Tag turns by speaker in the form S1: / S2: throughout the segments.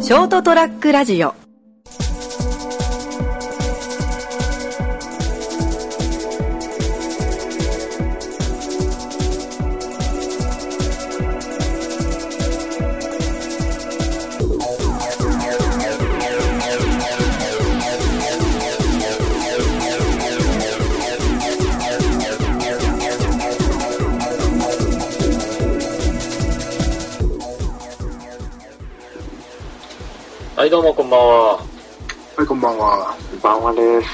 S1: ショートトラックラジオ
S2: はい、どうもこんばんは。
S3: はい、こんばんは。
S4: こんばんはです。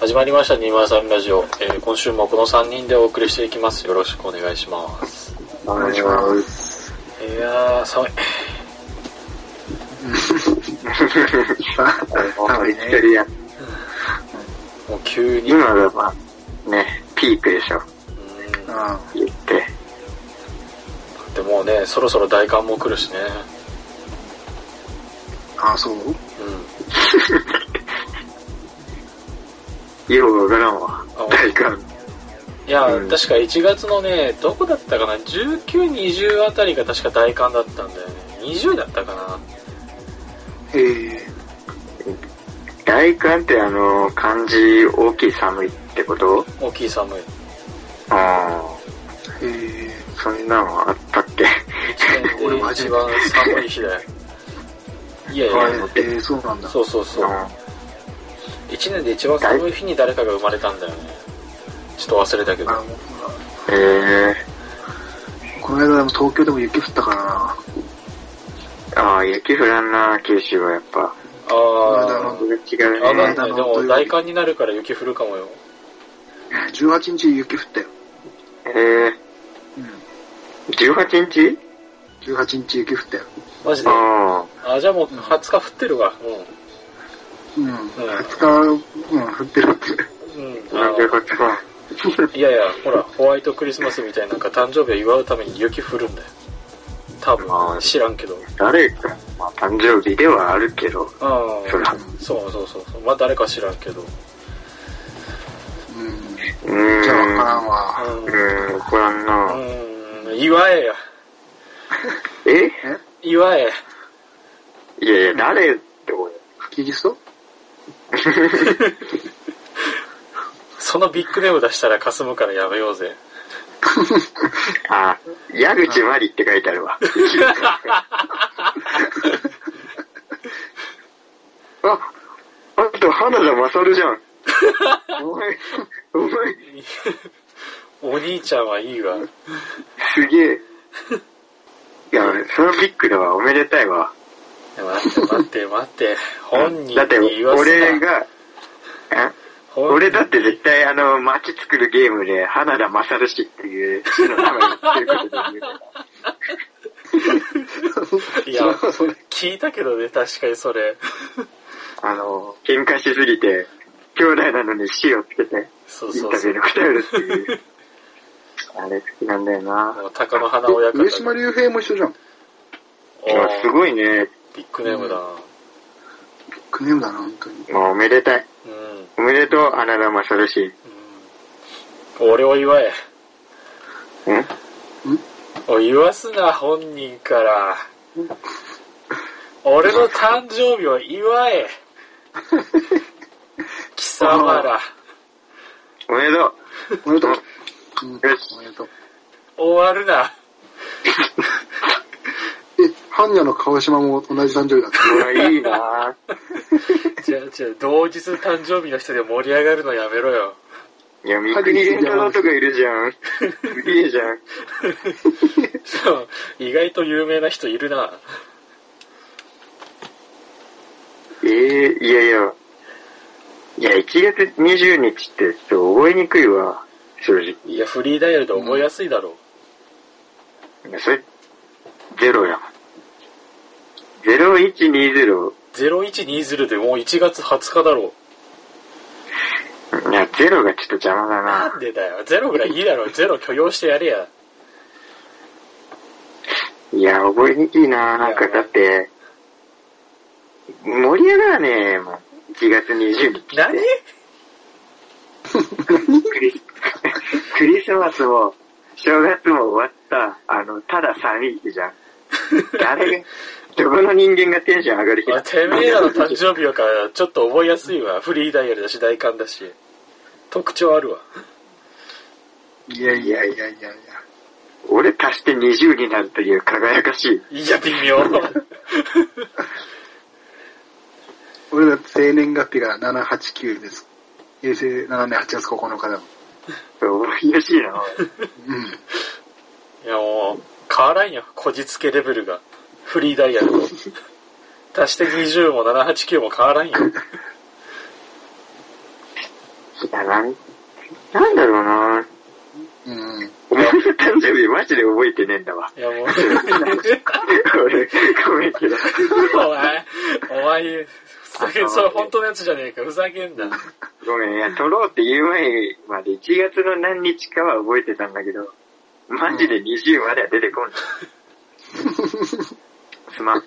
S2: 始まりました、203ラジオ。えー今週もこの3人でお送りしていきます。よろしくお願いします。
S4: お
S3: お願いします。
S2: いやー、寒い。
S4: なんか生きてるやん。
S2: もう急に。うん。
S4: 今がまあ、ね、ピークでしょ。
S3: うん。
S2: だ
S3: あ
S4: 言って。
S2: ってもうね、そろそろ大寒も来るしね。
S3: あ、そう
S2: う
S4: ようわからんわ
S2: あ。
S4: 大寒。
S2: ん。いやー、
S4: うん
S2: 確か1月のね、どこだったかな ?19、20あたりが確か大寒だったんだよね。20だったかな
S3: へえ。
S4: 大寒ってあの、漢字大きい寒いってこと
S2: 大きい寒 い。
S4: あ
S3: へえ。
S4: あ、そんなのあったっけ
S2: 1年
S3: 俺
S2: で
S3: マ
S2: 一
S3: ジで
S2: 番寒い日 だよ。いやい
S4: は
S2: や、
S4: い
S3: えー、そうなんだ。
S2: そうそうそう。
S4: う
S2: 1年で一番寒い日に誰かが生まれたんだよねちょっと忘れたけど
S3: あの、
S4: ん。へえ
S3: この間でも東京でも雪降ったからな。
S4: ー。ああ、雪降らんな、九州はやっぱ。
S2: あ
S4: 違う
S2: あわかん
S4: ね。
S2: ないでも大寒になるから雪降るかもよ
S3: 18日雪降ったよ。
S4: へえ
S3: うん。
S4: ー。18日
S3: 18日雪降ったよ。
S2: マジで
S4: あ
S2: あじゃあもう20日降ってるわも
S3: うん。
S2: う
S3: 20日、うん、降ってるって。
S2: うん、うん、
S4: あ、な
S2: あ
S4: んてこっちか。
S2: いやいやほらホワイトクリスマスみたいななんか誕生日を祝うために雪降るんだよ多
S4: あ
S2: 分
S4: ー
S2: 知らんけど
S4: 誰か、まあ誕生日ではあるけど、
S2: あ
S4: そら
S2: あそうそうそうそうまあ誰か知らんけど
S3: うん。
S4: うーん。
S3: じゃあわからんわ。
S4: う
S2: う
S4: ーん、わからんな。
S2: んうん祝えや
S4: え
S2: 祝え
S4: いやいや、誰ってこ
S3: キリスト
S2: そのビッグネーム出したら霞むからやめようぜ
S4: とあ、矢口まりって書いてあ るわ。あ、あと花田勝じゃん。お前、お前、
S2: お兄ちゃんはいいわ。
S4: すげえ。いや、そのビッグだわ、おめでたいわ。
S2: 待って待って待って。本人に
S4: だって、
S2: 言わせ
S4: 俺
S2: な。
S4: が、え
S2: 本人
S4: 俺だって絶対あの、街作るゲームで、花田勝氏っていう市の名前言ってることで言うから。
S2: いや、聞いたけどね、確かにそれ。
S4: あの、喧嘩しすぎて、兄弟なのに死をつけて、
S2: そう
S4: イン
S2: そう
S4: タ
S2: そ
S4: ビュー
S2: う。
S4: に答えるっていう。あれ好きなんだよな。
S2: もう鷹の花親方。
S3: 上島竜兵も一緒じゃん。
S2: お
S4: いや
S2: ー
S4: すごいね。
S2: ビッグネームだな。
S3: クネームだな、本当に。
S4: まあ、おめでたい。
S2: うん。うん
S4: おめでとう、花田勝氏。ん
S2: 俺を祝え。おい、言わすな、本人から。俺の誕生日を祝え。貴様ら、
S4: おめでとう。
S3: おめでとう。うん、
S4: よし
S3: おめでとう。
S2: 終わるな。
S3: え、ハンニャの川島も同じ誕生日だった。
S4: うわ、いいな
S2: 違う違う、同日誕生日の人で盛り上がるのやめろよ。
S4: いや、三國連太郎とかいるじゃん。すげえじゃん。
S2: そう意外と有名な人いるな。
S4: ええいやいや。いや、1月20日ってちょっと覚えにくいわ。正直。
S2: いや、フリーダイヤルで覚えやすいだろ
S4: いやそれ、ゼロやん。0120。
S2: う。0120でもう1月20日だろ
S4: いや、ゼロがちょっと邪魔だ
S2: う。な
S4: な。
S2: んでだよ。ゼロぐらいいいだろう。ゼロ許容してやれや。
S4: いや、覚えにくいな。なんか、だって、盛り上がらねえもん。1月20 日。
S2: 何
S4: クリス、クリスマスも、正月も終わった。あの、ただ寒い日じゃん。 誰が、どこの人間がテンション上がる日
S2: まあ、てめえらの誕生日はからちょっと覚えやすいわ。フリーダイヤルだし、大寒だし。特徴あるわ。
S3: いやいやいやいやいや。
S4: 俺足して20になるという輝かしい。
S2: いや、微妙。
S3: 俺だって生年月日が789です。平成7年8月9日だもん。
S4: 覚えやすいな、おい
S3: うん。
S2: いや、もう、変わらんよ。こじつけレベルが。フリーダイヤルと。足して20も789も変わらんよ。
S4: いや、なん、なんだろうな
S3: うん。
S4: お前の誕生日マジで覚えてねえんだわ。
S2: いや、もう。
S4: 俺、ごめんけど。
S2: お前、お前、ふざけん、それ本当のやつじゃねえか、ふざけんな。
S4: ごめん、いや、撮ろうって言う前まで1月の何日かは覚えてたんだけど、マジで20までは出てこ ん。すまん。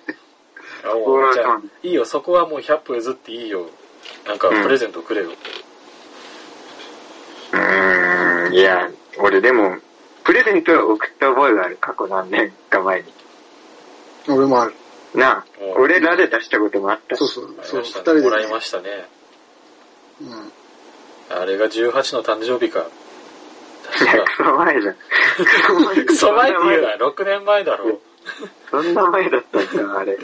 S2: あもうじゃあいいよ、そこはもう100歩譲っていいよ。なんか、プレゼントくれよ。
S4: うーん、いや、俺でも、プレゼントは送った覚えがある、過去何年か前に。
S3: 俺もある。
S4: なあ
S2: お、
S4: 俺らで出したこともあったし
S3: そうそう、そう、
S2: ありま
S3: 二
S2: したね
S3: 人で、ね。
S2: もらいましたね。
S3: うん。
S2: あれが18の誕生日か。
S4: い
S2: 確
S4: や、クソ前じゃ ん。
S2: か。クソ前って言うな、6年前だろ。
S4: そんな前だったんだ、あれ。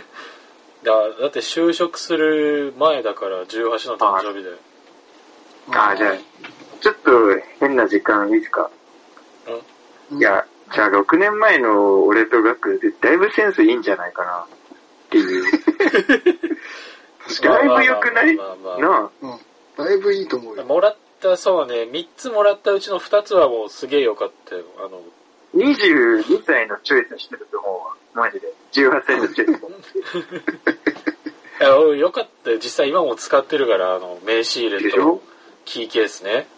S2: だだって就職する前だから、18の誕生日で。
S4: あ、じゃあ、ちょっと変な時間いいですか
S3: うん
S4: いや、じゃあ6年前の俺とガク、だいぶセンスいいんじゃないかな、っ ていう。だいぶ良くないな
S2: まあまあまあまあ
S4: あ、
S3: うん。だいぶいいと思うよ。
S2: もらった、そうね、3つもらったうちの2つはもうすげえ良かったよ。あの、
S4: 22歳のチョイスしてると思うわ。マジで。18歳のチョイス。
S2: いや俺良かったよ。実際今も使ってるから、あの、名刺入れ
S4: でし
S2: と
S4: ょ
S2: キーケースね。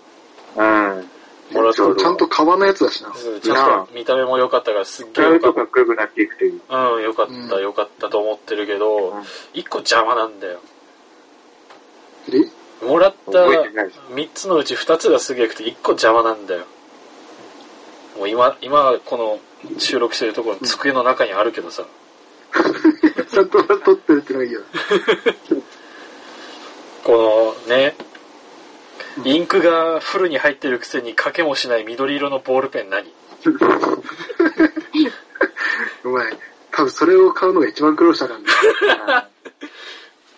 S4: うん。
S2: もらった
S3: そうちゃんと革のやつだしな。
S2: そうちゃんと見た目も良かったから、すっげえ
S4: だい
S2: 良か
S4: ぶ
S2: っ
S4: かっこよくなっていく という。
S2: た。うん、良かっ
S3: う
S2: た、
S3: ん
S2: 良かったと思ってるけど、1個邪魔なんだよ。
S3: え
S2: もらった
S4: 覚えてない
S2: 3つのうち2つがすげえくて1個邪魔なんだよ。もう今、今この収録してるところ机の中にあるけどさ。
S3: ちゃんと取ってるってのがいいよ。
S2: このね、
S3: うん
S2: インクがフルに入ってるくせに書けもしない緑色のボールペン何
S3: お前、多分それを買うのが一番苦労したからね。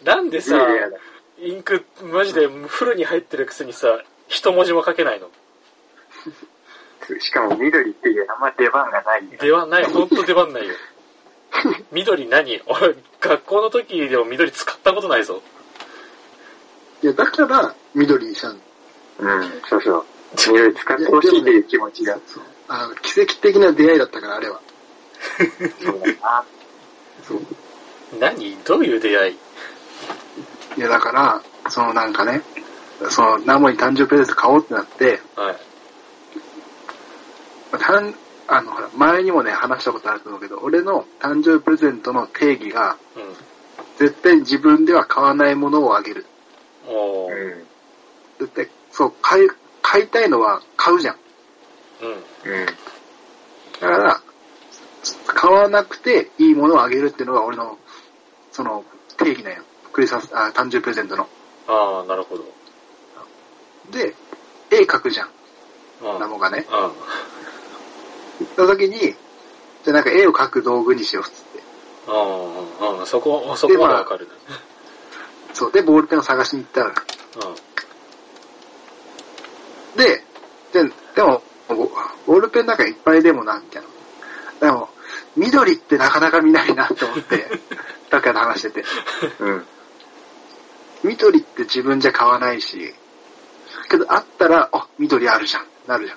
S2: なんでさ
S4: い、やいやだ
S2: インクマジでフルに入ってるくせにさ、一文字も書けないの。
S4: しかも緑っていうあんま出番がないよ。
S2: 出番ない、ほんと出番ないよ。 緑何俺、学校の時でも緑使ったことないぞ。
S3: いや、だから、緑にしたの。
S4: うん、そう そう。緑使ってほしいっていう気持ちが。
S3: そう。あの、奇跡的な出会いだったから、あれは。
S4: そうだな。
S3: そう。
S2: 何どういう出会い
S3: いや、だから、そのなんかね、その、ナモに誕生日プレゼント買おうってなって、
S2: はい。
S3: たんあの、ほら、前にもね、話したことあると思うけど、俺の誕生日プレゼントの定義が、
S2: う
S3: 絶対自分では買わないものをあげる。
S2: ん。お
S4: う
S2: ー。
S4: ん。
S3: 絶対、そう、買い、買いたいのは買うじゃん。
S2: うん。
S4: うん。
S3: だから、買わなくていいものをあげるっていうのが俺の、その、定義なんよ。クリスマス、あ、誕生日プレゼントの。
S2: ああ、なるほど。
S3: で、絵描くじゃん、
S2: うん。
S3: ナモがね。
S2: うん。
S3: その時に、じゃあなんか絵を描く道具にしようっつって。
S2: うんうんうん。そこ、そこまでわかるね。
S3: そう。で、ボールペンを探しに行ったら。で、で、でも、ボボールペンなんかいっぱいでもな、みたいな。でも、緑ってなかなか見ないなと思っ て、だから話してて。
S4: うん。
S3: 緑って自分じゃ買わないし、けどあったら、あ、緑あるじゃん、なるじゃん。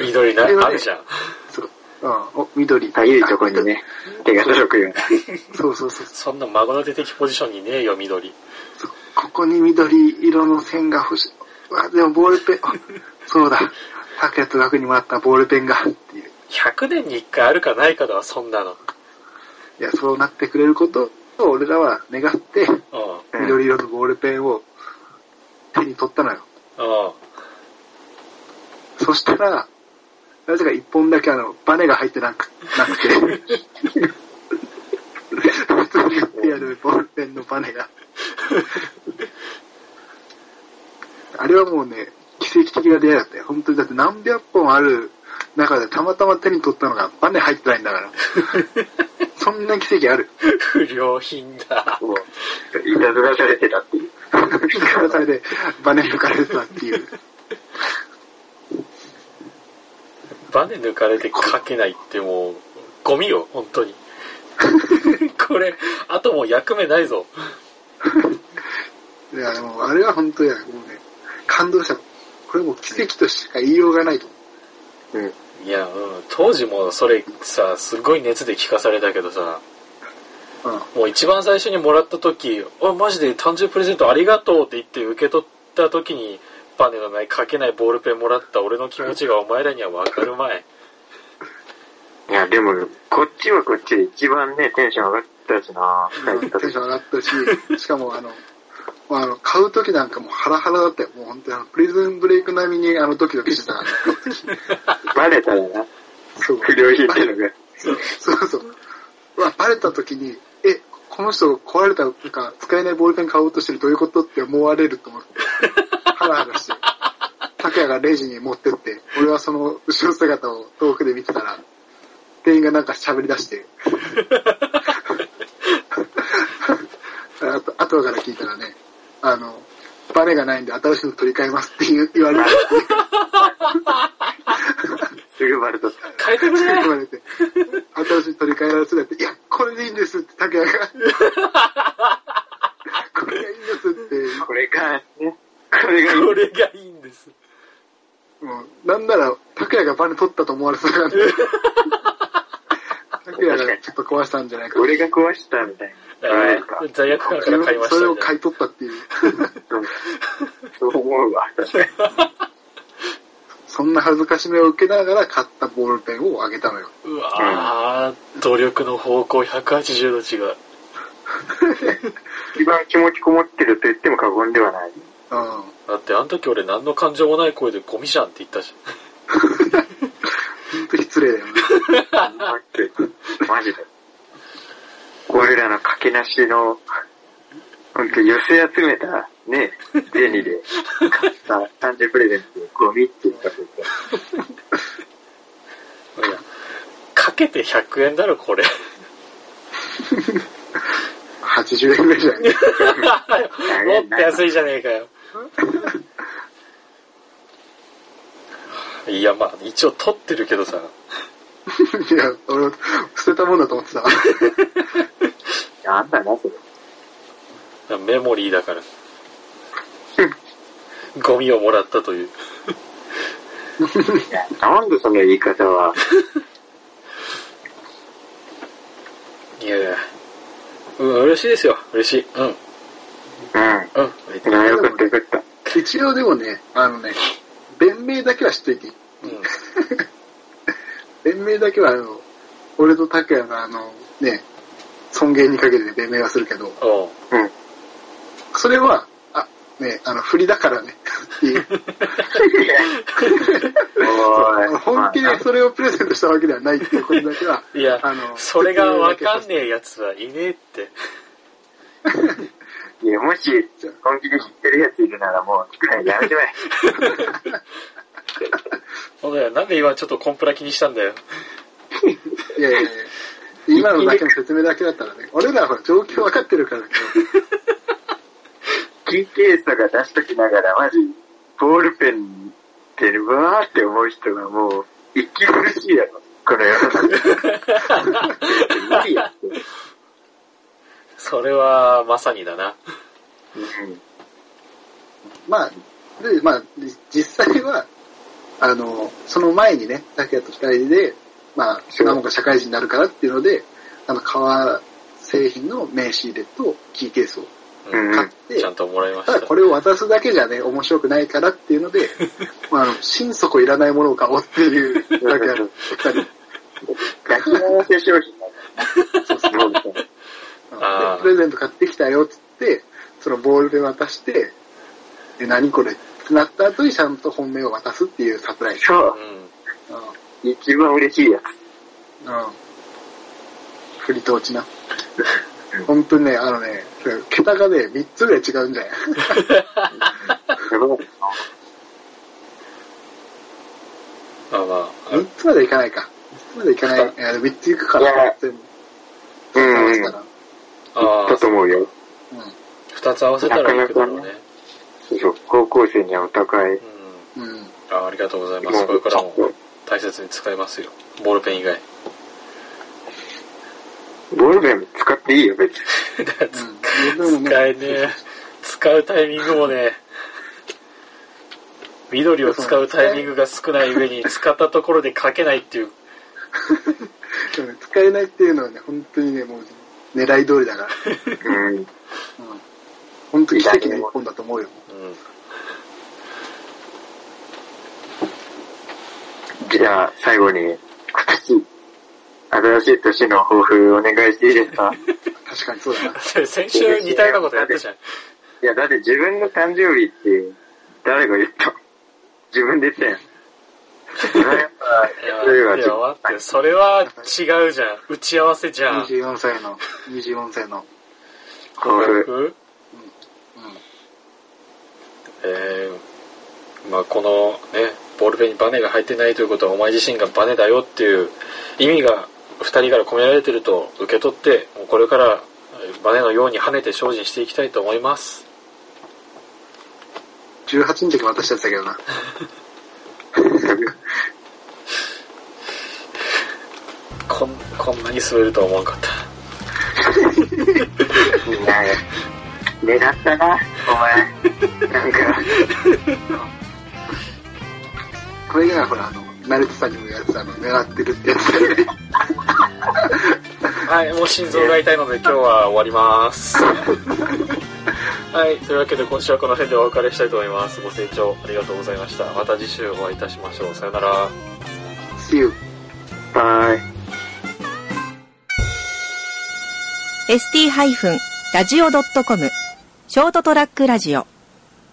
S2: うん。緑な、
S3: それはね
S2: あるじゃん。
S3: そう。うん、お、緑。
S4: かゆいとこにね、手が届くような。
S3: そうそうそう。
S2: そんな孫の手的ポジションにねえよ、緑。
S3: そうここに緑色の線が欲しい。うわ、でもボールペン、あそうだ。拓也と学にもらったボールペンが、っていう。
S2: 100年に1回あるかないかだわ、そんなの。
S3: いや、そうなってくれることを俺らは願って、
S2: うん。
S4: うん
S3: 緑色のボールペンを手に取ったのよ。
S2: うん。
S3: そしたら、なぜか一本だけあの、バネが入ってなく、なくて。普通に売ってやるボールペンのバネが。あれはもうね、奇跡的な出会いだったよ。本当にだって何百本ある中でたまたま手に取ったのがバネ入ってないんだ から。そんな奇跡ある。
S2: 不良品だ。
S4: もう、いたずらされてたっていう。
S3: それでバネ抜かれてたっていう。
S2: バネ抜かれて書けないってもう、ゴミよ、本当に。 これ、あともう役目ないぞ。
S3: いや、でもあれは本当や、もうね、感動した。これもう奇跡としか言いようがないと思
S4: うん。
S2: いや、うん、当時もそれさ、すごい熱で聞かされたけどさ、
S3: う。うん。
S2: もう一番最初にもらった時、おマジで誕生日プレゼントありがとうって言って受け取った時に、バネのない書けないボールペンもらった俺の気持ちがお前らにはわかる まい。
S4: いや、でも、こっちはこっちで一番ね、テンション上がったしな帰った
S3: テン
S4: 時
S3: ション上がったし、しかもあの、まあ、あの買う時なんかもうハラハラだったよ。もう本当にあのプリズンブレイク並みにあのドキドキしてたから、ね、
S4: バレたよな。
S3: そう
S4: 不良品ってのが。
S3: そうそう。うわ、バレた時に、え、この人壊れたとか使えないボールペン買おうとしてるどういうことって思われると思って、ハラハラして。拓也がレジに持ってって、俺はその後ろ姿を遠くで見てたら、店員がなんか喋り出して。あと、後から聞いたらね、あの、バネがないんで新しいの取り替えますって言う言われて、
S4: すぐバレとった。
S2: 変え てくれ
S3: 言われて、新しい取り替えられそうだって、いや、これでいいんですって、竹谷が。これがいいんですっ
S4: これが、ね、これが、
S2: これがいいんです。
S3: て、もう、なんなら、竹谷がバネ取ったと思われそうなんで。竹谷がちょっと壊したんじゃないか。
S4: 俺が壊したみたいな。
S2: あ
S4: なんか
S2: ー罪悪感から買いました、
S3: そ
S2: ね。
S3: れを買い取ったっていう、
S4: そうそう思うわ。
S3: そんな恥ずかしめを受けながら買ったボールペンをあげたのよ。
S2: うわー、努力の方向180度違う。
S4: 一番気持ちこもってると言っても過言ではない。
S3: うん。
S2: だってあの時俺何の感情もない声でゴミじゃんって言ったじ
S3: 本当失礼だよね。
S4: マジで。俺らの駆けなしの、ほんと寄せ集めた、ね、銭で買った誕生日プレゼントでゴミって言ったとか
S2: ゃん。いや、かけて100円だろ これ。
S3: 80円ぐらいじゃない
S2: もっと安いじゃねえか よ。いや、まあ、一応取ってるけどさ。
S3: いや、俺、捨てたもんだと思ってた。
S4: なんだな、それ。
S2: メモリーだから。ゴミをもらったという。
S4: いやなんでその言い方は。
S2: いやいや。うん、嬉しいですよ。嬉しい。うん。うん。
S4: う
S2: 嬉し
S4: ん。
S2: い
S4: なよかったよ かった。
S3: 一応でもね、あのね、弁明だけはしといていい。
S2: うん。
S3: 弁明だけはあの、俺と拓也があの、ね、尊厳にかけて弁明はするけど、
S2: おう、
S4: うん。
S3: それは、あ、ね、あの、振りだからね、 っていう。あの
S4: お
S3: 本気でそれをプレゼントしたわけではないっていうことだけは
S2: いや
S3: あ、の、
S2: それがわかんねえやつはいねえ って。
S4: いや、もし、本気で知ってるやついるならもう、聞くのやめてまえ。
S2: そうだよ。なんで今ちょっとコンプラ気にしたんだよ。
S3: いやいやいや、今のだけの説明だけだったらね、俺らはほら状況わかってるからだけど、
S4: キーケースとか出しときながら、マジ、ボールペンってるわーって思う人がもう、一気苦しいやろ。この世の中。無理やって。
S2: それは、まさにだな。
S4: うん
S3: まあ、で、まあ、実際は、あの、その前にね、拓也と二人で、まあ、
S4: そう
S3: 何もか社会人になるからっていうので、あの、革製品の名刺入れとキーケースを
S4: うん
S3: 買って、
S2: ちゃんともらいました
S3: だ
S2: た
S3: こ。れを渡すだけじゃね、面白くないからっていう ので、まあ、あの、心底いらないものを買おうっていうだけある。二人
S4: 抱き合わせ商品なの。そう
S2: あー
S3: でプレゼント買ってきたよっつって、そのボールで渡して、え、何これってなった後にちゃんと本命を渡すっていうサプライズ。
S4: そうう。
S2: ん。
S3: うん
S4: 一番嬉しいや
S3: 振りと落ちな。本当にね、あのね、桁がね、3つぐらい違うんじゃない
S4: つ。すごい。
S2: まあまあ、あ
S3: ?3 つまでいかないか。3つまでいかない。いや、3ついくか
S4: いや
S3: ら、全部。
S4: うんうん
S3: 合わせたら
S2: あ
S4: だと思うよ。
S2: 二つ合わせたらいいけどね。
S4: そう、高校生にはお互い。
S2: う
S3: うん。うん。
S2: ん。あありがとうございます。これからも大切に使いますよ。ボールペン以外。
S4: ボールペン使っていいよ、別に。
S3: でもね
S2: 使えねえ。使うタイミングもね、緑を使うタイミングが少ない上 に、使ったところで書けないっていう。
S3: でもね使えないっていうのはね、本当にね、もう、狙い通りだから。
S4: うん。
S3: うん。本当に奇跡の一本だと思うよ。
S2: うん。
S4: じゃあ、最後に、今年、新しい年の抱負お願いしていいですか
S3: 確かにそうだな。
S2: それ先週似たようなことやったじゃん。
S4: いや、だって自分の誕生日って、誰が言った自分で言ったやん。それはやっ
S2: いや
S4: ぱ、それは
S2: 待ってよ待って、それ
S4: 自
S2: は違うじゃん。打ち合わせじゃん。
S3: 24歳の、24歳の。
S4: 抱負。
S2: 僕
S3: う
S2: えー、まあこのね、ボールペンにバネが入ってないということはお前自身がバネだよっていう意味が二人から込められてると受け取って、もうこれからえーバネのように跳ねて精進していきたいと思います。
S3: ん。18の時渡しちゃったけどな。
S2: こん、こんなに滑るとは思わんかった。
S4: みんな、狙ったな、お前。なんか、
S3: これがほら、あの、慣れてさんにもやってたあの、狙ってるってやつだよね。
S2: はい、もう心臓が痛いので今日は終わります。 はい、というわけで今週はこの辺でお別れしたいと思います。ご清聴ありがとうございました。また次週お会いいたしましょう。さよなら。
S3: See you.
S4: バイ。
S1: ST-radio.com ショートトラックラジオ